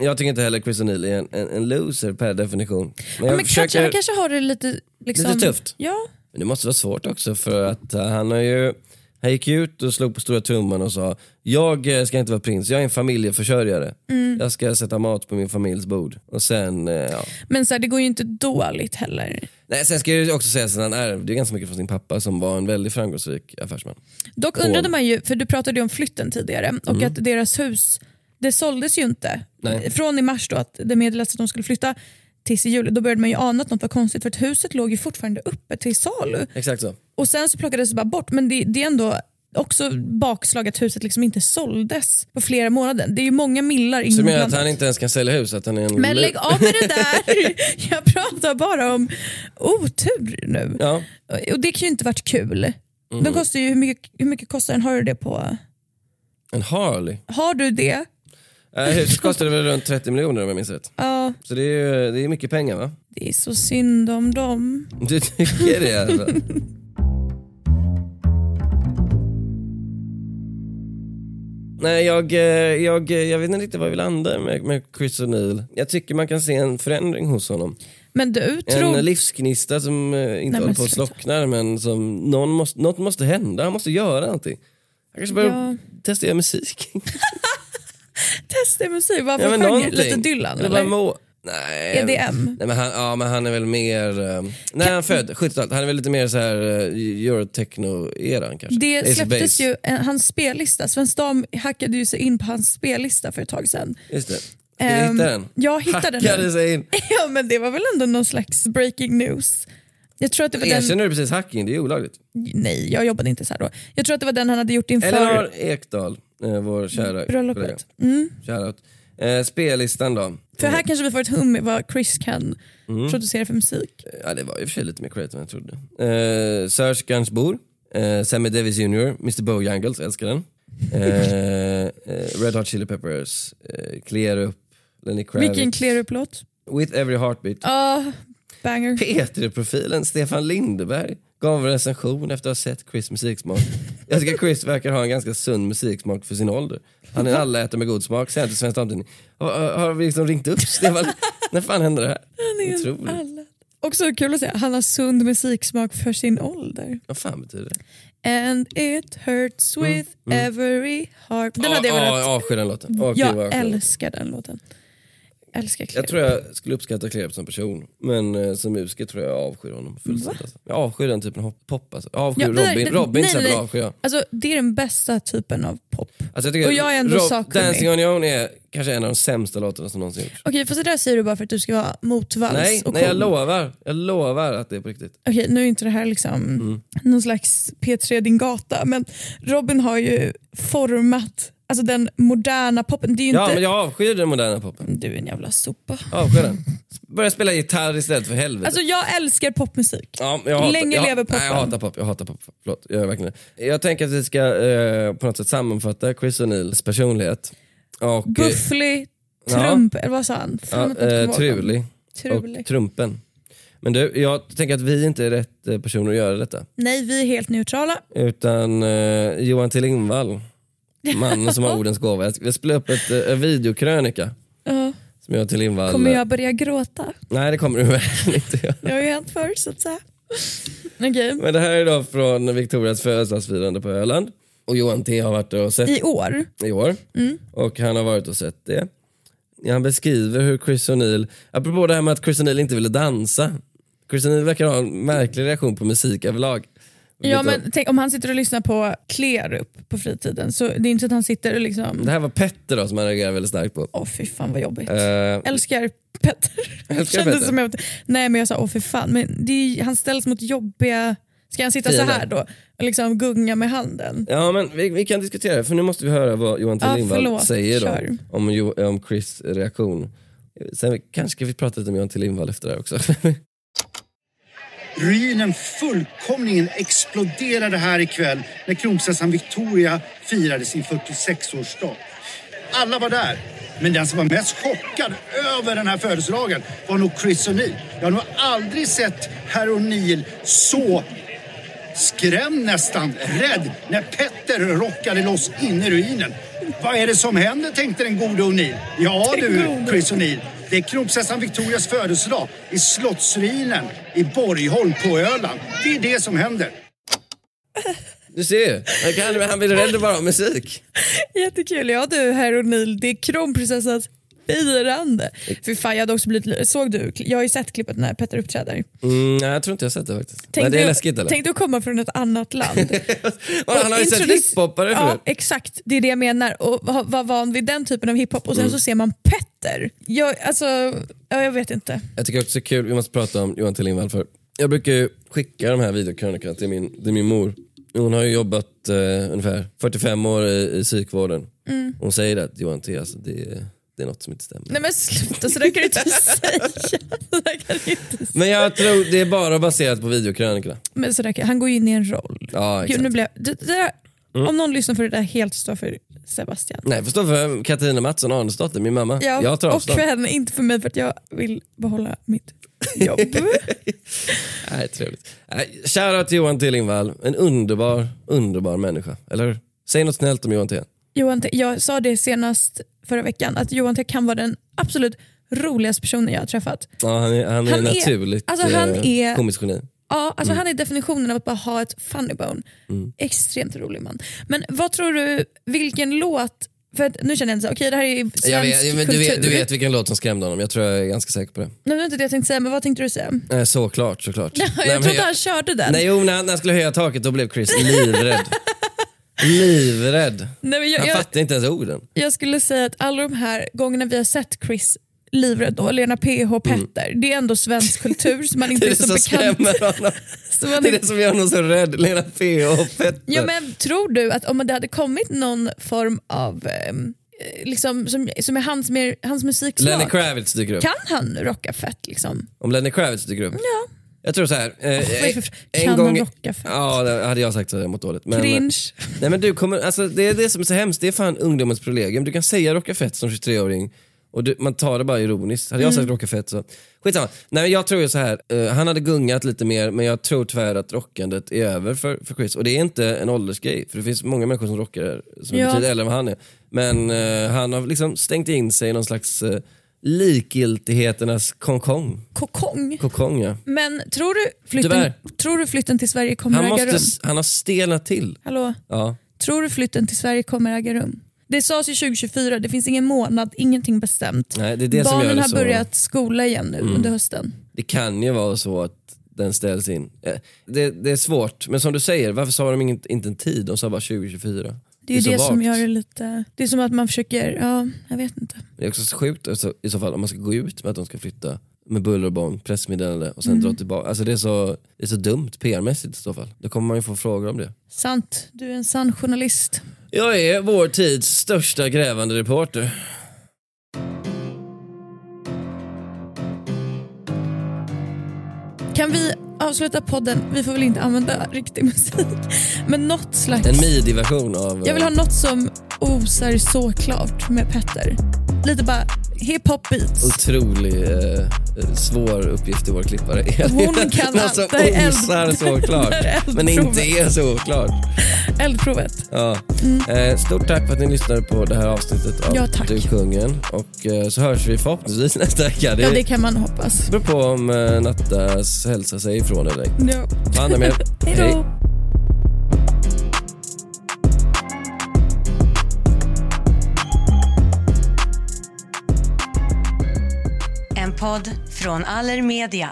[SPEAKER 3] jag tycker inte heller Chris O'Neill är en, en, en loser per definition. Men
[SPEAKER 4] Men
[SPEAKER 3] jag
[SPEAKER 4] kanske,
[SPEAKER 3] försöker...
[SPEAKER 4] han kanske har det lite... Liksom,
[SPEAKER 3] Lite tufft.
[SPEAKER 4] Ja,
[SPEAKER 3] Men det måste vara svårt också för att eh, han har ju... Han gick ut och slog på stora tumman och sa jag eh, ska inte vara prins, jag är en familjeförsörjare.
[SPEAKER 4] Mm.
[SPEAKER 3] Jag ska sätta mat på min familjs bord. Och sen, eh, ja.
[SPEAKER 4] men så här, det går ju inte dåligt heller.
[SPEAKER 3] Nej, sen ska jag ju också säga att han ärvde ju ganska mycket från sin pappa som var en väldigt framgångsrik affärsman.
[SPEAKER 4] Dock undrade man ju, för du pratade ju om flytten tidigare och att deras hus, det såldes ju inte.
[SPEAKER 3] Mm. Nej.
[SPEAKER 4] Från i mars då att det meddelades att de skulle flytta tills i juli, då började man ju ana att något var konstigt för att huset låg ju fortfarande uppe till salu.
[SPEAKER 3] Exakt så.
[SPEAKER 4] Och sen så plockades det bara bort men det, det är ändå också bakslag att huset liksom inte såldes på flera månader. Det är ju många millar
[SPEAKER 3] Så du menar att
[SPEAKER 4] inblandat.
[SPEAKER 3] han inte ens kan sälja hus? Att han är en
[SPEAKER 4] Mm, Men
[SPEAKER 3] lo-
[SPEAKER 4] lägg av med det där! Jag pratar bara om otur nu.
[SPEAKER 3] Ja. Mm.
[SPEAKER 4] Och det kan ju inte varit kul. De kostar ju, hur, mycket, hur mycket kostar den? Har du det på?
[SPEAKER 3] En Harley?
[SPEAKER 4] Har du det?
[SPEAKER 3] Eh, huset kostade väl runt 30 miljoner om jag minns rätt.
[SPEAKER 4] Ja,
[SPEAKER 3] Så det är ju det är mycket pengar va?
[SPEAKER 4] det är så synd om dem.
[SPEAKER 3] Du tycker det alltså? Nej, jag, eh, jag, eh, jag vet inte riktigt var vi landar med, med Chris O'Neill. Jag tycker man kan se en förändring hos honom.
[SPEAKER 4] Men du, tror...
[SPEAKER 3] En livsgnista som eh, inte
[SPEAKER 4] men
[SPEAKER 3] håller på att
[SPEAKER 4] sluta.
[SPEAKER 3] slocknar men som någon måste, något måste hända, han måste göra någonting. Han kanske börjar
[SPEAKER 4] Ja.
[SPEAKER 3] testa göra musik.
[SPEAKER 4] Testa musik, varför
[SPEAKER 3] ja, men
[SPEAKER 4] Alltså, sjöng
[SPEAKER 3] någonting.
[SPEAKER 4] lite Dylan?
[SPEAKER 3] Eller bara
[SPEAKER 4] Eller? E
[SPEAKER 3] må- Nej,
[SPEAKER 4] EDM?
[SPEAKER 3] Nej, men han, ja, men han är väl mer... eh, när han född, 70-talet, han är väl lite mer så här eh, eurotechno-eran kanske. Ace
[SPEAKER 4] Det
[SPEAKER 3] of
[SPEAKER 4] släpptes
[SPEAKER 3] Base.
[SPEAKER 4] ju en, hans spellista. Svensk Dam hackade ju sig in på hans spellista för ett tag sedan.
[SPEAKER 3] Just det. Ska vi hitta
[SPEAKER 4] Ehm,
[SPEAKER 3] den?
[SPEAKER 4] jag hittade den.
[SPEAKER 3] Hackade sig in.
[SPEAKER 4] Ja, men det var väl ändå någon slags breaking news. Jag tror att det var den...
[SPEAKER 3] Erkänner du precis hacking? Det är olagligt.
[SPEAKER 4] Nej, jag jobbade inte så här då. Jag tror att det var den han hade gjort inför...
[SPEAKER 3] Elinor Ekdahl, eh, vår kära
[SPEAKER 4] Bröllopet. Mm.
[SPEAKER 3] kollega. Shoutout. Eh, spellistan då. Eh,
[SPEAKER 4] För här kanske vi får ett hum med vad Chris kan
[SPEAKER 3] Mm.
[SPEAKER 4] producera för musik.
[SPEAKER 3] Ja, det var i och för sig lite mer credit än jag trodde. Eh, Serge Gainsbourg, eh, Sammy Davis Jr, Mr Bojangles, älskar den. Eh, eh, Red Hot Chili Peppers, eh, Clear Up, Lenny Kravitz.
[SPEAKER 4] Vilken Clear-upplåt.
[SPEAKER 3] With Every Heartbeat.
[SPEAKER 4] Ja, banger.
[SPEAKER 3] P3-profilen Stefan Lindberg gav en recension efter att ha sett Chris musiksmak. Jag tycker Chris verkar ha en ganska sund musiksmak för sin ålder. Han är en allätare med god smak, säger han till Svensk Damtidning. Har, har- har vi liksom ringt upp Stefan? När fan hände det här? Otroligt.
[SPEAKER 4] Också kul att säga, han har sund musiksmak för sin ålder.
[SPEAKER 3] Vad fan betyder det?
[SPEAKER 4] And it hurts with every heart. Den hade jag
[SPEAKER 3] Mm, Ja,
[SPEAKER 4] velat.
[SPEAKER 3] ja, Avskyr den låten. Åh, gud, vad
[SPEAKER 4] jag
[SPEAKER 3] avskyr den.
[SPEAKER 4] älskar den låten. Älskar Cleo.
[SPEAKER 3] Jag tror jag skulle uppskatta Klerup som person, men eh, som musiker tror jag jag avskyr honom fullständigt. Alltså. Jag avskyr den typen av pop alltså. Jag avskyr
[SPEAKER 4] Ja, det där-
[SPEAKER 3] Robin,
[SPEAKER 4] det-
[SPEAKER 3] Robin
[SPEAKER 4] nej,
[SPEAKER 3] till exempel
[SPEAKER 4] nej.
[SPEAKER 3] avskyr jag.
[SPEAKER 4] Alltså, det är den bästa typen av pop.
[SPEAKER 3] Alltså, jag tycker
[SPEAKER 4] Och jag är ändå sakkunnig.
[SPEAKER 3] Dancing on your own är kanske en av de sämsta låtarna som någonsin gjorts.
[SPEAKER 4] Okej, fast det där säger du bara för att du ska vara motvalls
[SPEAKER 3] Nej,
[SPEAKER 4] och
[SPEAKER 3] nej jag
[SPEAKER 4] cool.
[SPEAKER 3] lovar. Jag lovar att det är på riktigt.
[SPEAKER 4] Okej, nu är inte det här liksom
[SPEAKER 3] Mm.
[SPEAKER 4] någon slags P3 Din Gata, men Robin har ju format alltså den moderna popen. Det är ju
[SPEAKER 3] Ja,
[SPEAKER 4] inte...
[SPEAKER 3] men jag avskyr den moderna popen.
[SPEAKER 4] Du är en jävla sopa.
[SPEAKER 3] Avskyr den. Börja spela gitarr istället för helvete.
[SPEAKER 4] Alltså jag älskar popmusik.
[SPEAKER 3] Ja, men jag hatar,
[SPEAKER 4] Länge
[SPEAKER 3] jag,
[SPEAKER 4] lever poppen.
[SPEAKER 3] Nej, jag hatar pop. Jag hatar pop. Förlåt, jag gör verkligen det. Jag tänker att vi ska eh, på något sätt sammanfatta Chris O'Neills personlighet. Och, eh,
[SPEAKER 4] Bufflig, Trump, eller vad sa han? Fan,
[SPEAKER 3] Ja,
[SPEAKER 4] att jag
[SPEAKER 3] eh,
[SPEAKER 4] kommer ihåg honom.
[SPEAKER 3] trulig
[SPEAKER 4] Trulig.
[SPEAKER 3] och Trumpen. Men du, jag tänker att vi inte är rätt eh, personer att göra detta.
[SPEAKER 4] Nej, vi är helt neutrala.
[SPEAKER 3] Utan eh, Johan Tillingvall, mannen som har ordens gåva. Jag ska- Jag spelar upp ett, eh, en videokrönika som jag till Lindvall...
[SPEAKER 4] Kommer jag börja gråta?
[SPEAKER 3] Nej, det kommer du verkligen inte göra.
[SPEAKER 4] Det har ju hänt förr så att säga. Okej.
[SPEAKER 3] Men det här är då från Victorias födelsedagsfirande på Öland. Och Johan T har varit och sett
[SPEAKER 4] I år?
[SPEAKER 3] i år.
[SPEAKER 4] Mm.
[SPEAKER 3] Och han har varit och sett det. Han beskriver hur Chris O'Neill, apropå det här med att Chris O'Neill inte ville dansa. Chris O'Neill verkar ha en märklig reaktion på musik överlag.
[SPEAKER 4] Ja,
[SPEAKER 3] Vet
[SPEAKER 4] men tänk, om han sitter och lyssnar på Klerup på fritiden så det är inte så att han sitter och
[SPEAKER 3] du,
[SPEAKER 4] liksom...
[SPEAKER 3] Det här var Petter då som han reagerade väldigt starkt på.
[SPEAKER 4] Åh fy fan vad jobbigt.
[SPEAKER 3] Eh,
[SPEAKER 4] Älskar Petter.
[SPEAKER 3] Älskar
[SPEAKER 4] Kändes
[SPEAKER 3] Petter.
[SPEAKER 4] Som jag, nej men jag sa åh fy fan, men det är, ju- han ställs mot jobbiga... Ska han sitta så
[SPEAKER 3] Fiender.
[SPEAKER 4] här då och liksom gunga med handen?
[SPEAKER 3] ja men vi, vi kan diskutera det för nu måste vi höra vad Johan T
[SPEAKER 4] Ja,
[SPEAKER 3] Lindvall
[SPEAKER 4] förlåt.
[SPEAKER 3] säger
[SPEAKER 4] Kör.
[SPEAKER 3] då, om, Jo- om Chris reaktion. Sen kanske ska vi prata lite om Johan T Lindvall efter det här också.
[SPEAKER 5] Ruinen fullkomligen exploderade här ikväll när kronprinsessan Victoria firade sin 46-årsdag. Alla var där, men den som var mest chockad över den här födelsedagen var nog Chris O'Neill. Jag har nog aldrig sett herr O'Neill så skrämd nästan, rädd, när Petter rockade loss in i ruinen. Vad är det som händer, tänkte den gode O'Neill. Ja du, Chris O'Neill. Det är kronprinsessan Victorias födelsedag i slottsruinen i Borgholm på Öland. Det är det som händer.
[SPEAKER 3] Du ser ju, han, kan- han blir rädd bara av musik.
[SPEAKER 4] Jättekul. Ja du, herr O'Neill, det är kronprinsessans firande. Fy fan, jag hade också blivit... Såg du? Jag har ju sett klippet när Petter uppträder.
[SPEAKER 3] Mm, nej, jag tror inte jag har sett det faktiskt. men det är
[SPEAKER 4] dig-
[SPEAKER 3] läskigt eller?
[SPEAKER 4] Tänk dig att komma från ett annat land.
[SPEAKER 3] Och han har ju sett
[SPEAKER 4] Introduce-
[SPEAKER 3] hiphoppare
[SPEAKER 4] Ja,
[SPEAKER 3] förut.
[SPEAKER 4] exakt. Det är det jag menar. Och ha- var van vid den typen av hiphop och
[SPEAKER 3] Mm.
[SPEAKER 4] sen så ser man Petter. Jag, alltså, ja, jag vet inte.
[SPEAKER 3] Jag tycker också det är kul, vi måste prata om Johan T Lindvall för jag brukar ju skicka de här videokrönikorna till min, till min mor. Hon har ju jobbat eh, ungefär 45 år i, i psykvården. Hon säger det att Johan T, alltså, det, är- det är något som inte stämmer.
[SPEAKER 4] Mm. Nej men sluta, så där kan du inte säga. Så där kan du inte säga.
[SPEAKER 3] Men jag tror det är bara baserat på videokrönikorna.
[SPEAKER 4] Men så där kan, han går ju in i en roll.
[SPEAKER 3] Ja,
[SPEAKER 4] Gud, nu
[SPEAKER 3] exakt. Mm.
[SPEAKER 4] blev, det, det där, Om någon lyssnar för det där helt står för Sebastian.
[SPEAKER 3] Nej, förstå för Katarina Mattsson Arnesdotter, min mamma.
[SPEAKER 4] Ja,
[SPEAKER 3] jag tar
[SPEAKER 4] och
[SPEAKER 3] avstånd.
[SPEAKER 4] för henne, inte för mig för att jag vill behålla mitt jobb.
[SPEAKER 3] Nej, trevligt. Nej, Shoutout till Johan T Lindvall, en underbar, underbar människa. Eller hur? Säg något snällt om Johan T.
[SPEAKER 4] Johan, Te- jag sa det senast förra veckan, att Johan Te kan vara den absolut roligaste personen jag har träffat.
[SPEAKER 3] Ja, han är, han är
[SPEAKER 4] Han är-
[SPEAKER 3] naturligt
[SPEAKER 4] alltså, han
[SPEAKER 3] eh,
[SPEAKER 4] är-
[SPEAKER 3] komiskt geni.
[SPEAKER 4] Ja, alltså
[SPEAKER 3] Mm.
[SPEAKER 4] Han är definitionen av att bara ha ett funny bone. Extremt rolig man. Men vad tror du, vilken låt, för att, nu känner jag inte så, okej det här är ju svensk
[SPEAKER 3] Jag vet, men du,
[SPEAKER 4] kultur.
[SPEAKER 3] vet, du vet vilken låt som skrämde honom, jag tror jag är ganska säker på det.
[SPEAKER 4] Nej, det var inte det jag tänkte säga, men vad tänkte du säga?
[SPEAKER 3] Eh, Såklart, såklart.
[SPEAKER 4] jag
[SPEAKER 3] men
[SPEAKER 4] trodde han körde den.
[SPEAKER 3] Nej, jo, när, han- när han skulle höja taket då blev Chris livrädd. livrädd.
[SPEAKER 4] Nej, men jag,
[SPEAKER 3] han
[SPEAKER 4] jag,
[SPEAKER 3] fattade inte ens orden.
[SPEAKER 4] jag skulle säga att alla de här gångerna vi har sett Chris livrädd då, Lena PH Petter, det är ändå svensk kultur som man inte
[SPEAKER 3] Mm. Det
[SPEAKER 4] är,
[SPEAKER 3] är det
[SPEAKER 4] så
[SPEAKER 3] som
[SPEAKER 4] bekant
[SPEAKER 3] skrämmer honom.
[SPEAKER 4] som man
[SPEAKER 3] Det är
[SPEAKER 4] inte
[SPEAKER 3] det som gör honom så rädd. Lena P och Petter.
[SPEAKER 4] Ja, men tror du att om det hade kommit någon form av, ehm, eh, liksom, som, som är hans, mer, hans musiksmak,
[SPEAKER 3] Lenny Kravitz dyker upp.
[SPEAKER 4] kan han rocka fett? Liksom?
[SPEAKER 3] Om Lenny Kravitz dyker upp.
[SPEAKER 4] Ja.
[SPEAKER 3] Jag tror så här. Eh,
[SPEAKER 4] vad är det för fr-
[SPEAKER 3] en
[SPEAKER 4] kan
[SPEAKER 3] gång,
[SPEAKER 4] han rocka fett?
[SPEAKER 3] Ja, det hade jag sagt så hade jag mått dåligt. Men,
[SPEAKER 4] Cringe.
[SPEAKER 3] Nej men du kommer, alltså, det är det som är så hemskt, det är fan ungdomens privilegium. Du kan säga rocka fett som 23-åring och Och du, man tar det bara ironiskt. Hade jag sagt rockafett så... Skitsamma. Nej, men jag tror ju så här. eh, han hade gungat lite mer men jag tror tyvärr att rockandet är över för, för Chris. Och det är inte en åldersgrej för det finns många människor som rockar som är
[SPEAKER 4] Ja.
[SPEAKER 3] betydligt äldre än vad han är. Men eh, han har liksom stängt in sig i någon slags eh, likgiltigheternas konkong.
[SPEAKER 4] Kokong.
[SPEAKER 3] Kokong ja.
[SPEAKER 4] Men tror du, flytten,
[SPEAKER 3] Tyvärr.
[SPEAKER 4] tror du flytten till Sverige kommer
[SPEAKER 3] Han,
[SPEAKER 4] äga
[SPEAKER 3] måste,
[SPEAKER 4] rum?
[SPEAKER 3] han har stelnat till.
[SPEAKER 4] Hallå?
[SPEAKER 3] Ja.
[SPEAKER 4] Tror du flytten till Sverige kommer äga rum? Det sades ju 2024, det finns ingen månad, ingenting bestämt.
[SPEAKER 3] Nej, det är det som
[SPEAKER 4] Barnen
[SPEAKER 3] gör det
[SPEAKER 4] har
[SPEAKER 3] så. Mm.
[SPEAKER 4] börjat skola igen nu under hösten.
[SPEAKER 3] Det kan ju vara så att den ställs in. Eh, Det, det är svårt, men som du säger, varför sa de inte, inte en tid? De sa bara 2024.
[SPEAKER 4] Det är ju
[SPEAKER 3] så
[SPEAKER 4] det, som
[SPEAKER 3] vagt.
[SPEAKER 4] gör det lite... Det är som att man försöker, ja, jag vet inte.
[SPEAKER 3] Det är också så sjukt alltså, i så fall om man ska gå ut med att de ska flytta med buller och bång, pressmeddelande och sen
[SPEAKER 4] Mm.
[SPEAKER 3] dra tillbaka. Alltså det är, så, det är så dumt PR-mässigt i så fall. Då kommer man ju få frågor om det.
[SPEAKER 4] Sant, du är en sann journalist.
[SPEAKER 3] Jag är vår tids största grävande reporter.
[SPEAKER 4] Kan vi avsluta podden? Vi får väl inte använda riktig musik. Men något slags...
[SPEAKER 3] En midi-version av...
[SPEAKER 4] Jag vill ha något som osar så klart med Petter. Lite bara hiphop beats.
[SPEAKER 3] Otrolig eh, eh, svår uppgift till vår klippare.
[SPEAKER 4] Hon kan
[SPEAKER 3] Något
[SPEAKER 4] allt.
[SPEAKER 3] som
[SPEAKER 4] Där är eld-
[SPEAKER 3] alltså osar så klart,
[SPEAKER 4] där är
[SPEAKER 3] men inte
[SPEAKER 4] eldprovet.
[SPEAKER 3] är så klart.
[SPEAKER 4] Eldprovet.
[SPEAKER 3] Ja. Eh, stort tack för att ni lyssnade på det här avsnittet av
[SPEAKER 4] Ja, tack.
[SPEAKER 3] Du kungen. Och eh, så hörs vi förhoppningsvis nästa vecka. Det,
[SPEAKER 4] Ja, det kan man hoppas.
[SPEAKER 3] beror på om eh, Nattas hälsa säger ifrån eller ej.
[SPEAKER 4] Ja.
[SPEAKER 3] Ta hand om er.
[SPEAKER 4] Hej då.
[SPEAKER 6] En podd från Allermedia.